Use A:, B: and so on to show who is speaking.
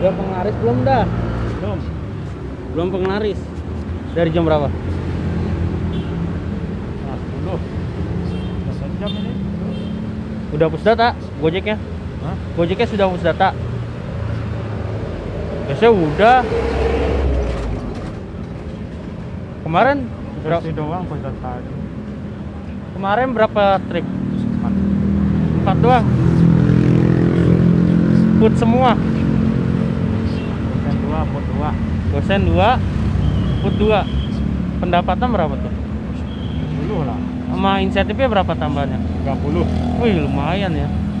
A: Udah penglaris belum dah?
B: Belum.
A: Belum penglaris. Dari jam berapa?
B: Nah, dulu. Pesan jam ini.
A: Udah push data Gojeknya?
B: Hah?
A: Gojeknya sudah push data? Biasanya udah. Kemarin berapa?
B: Berapa doang pas datang.
A: Kemarin berapa trip?
B: Cepat.
A: Empat doang. Put semua.
B: Bukan dua, pun dua.
A: Gosen dua, put dua. Pendapatan berapa tuh?
B: Dulu lah.
A: Sama insentifnya berapa tambahannya?
B: 30.
A: Wih lumayan ya.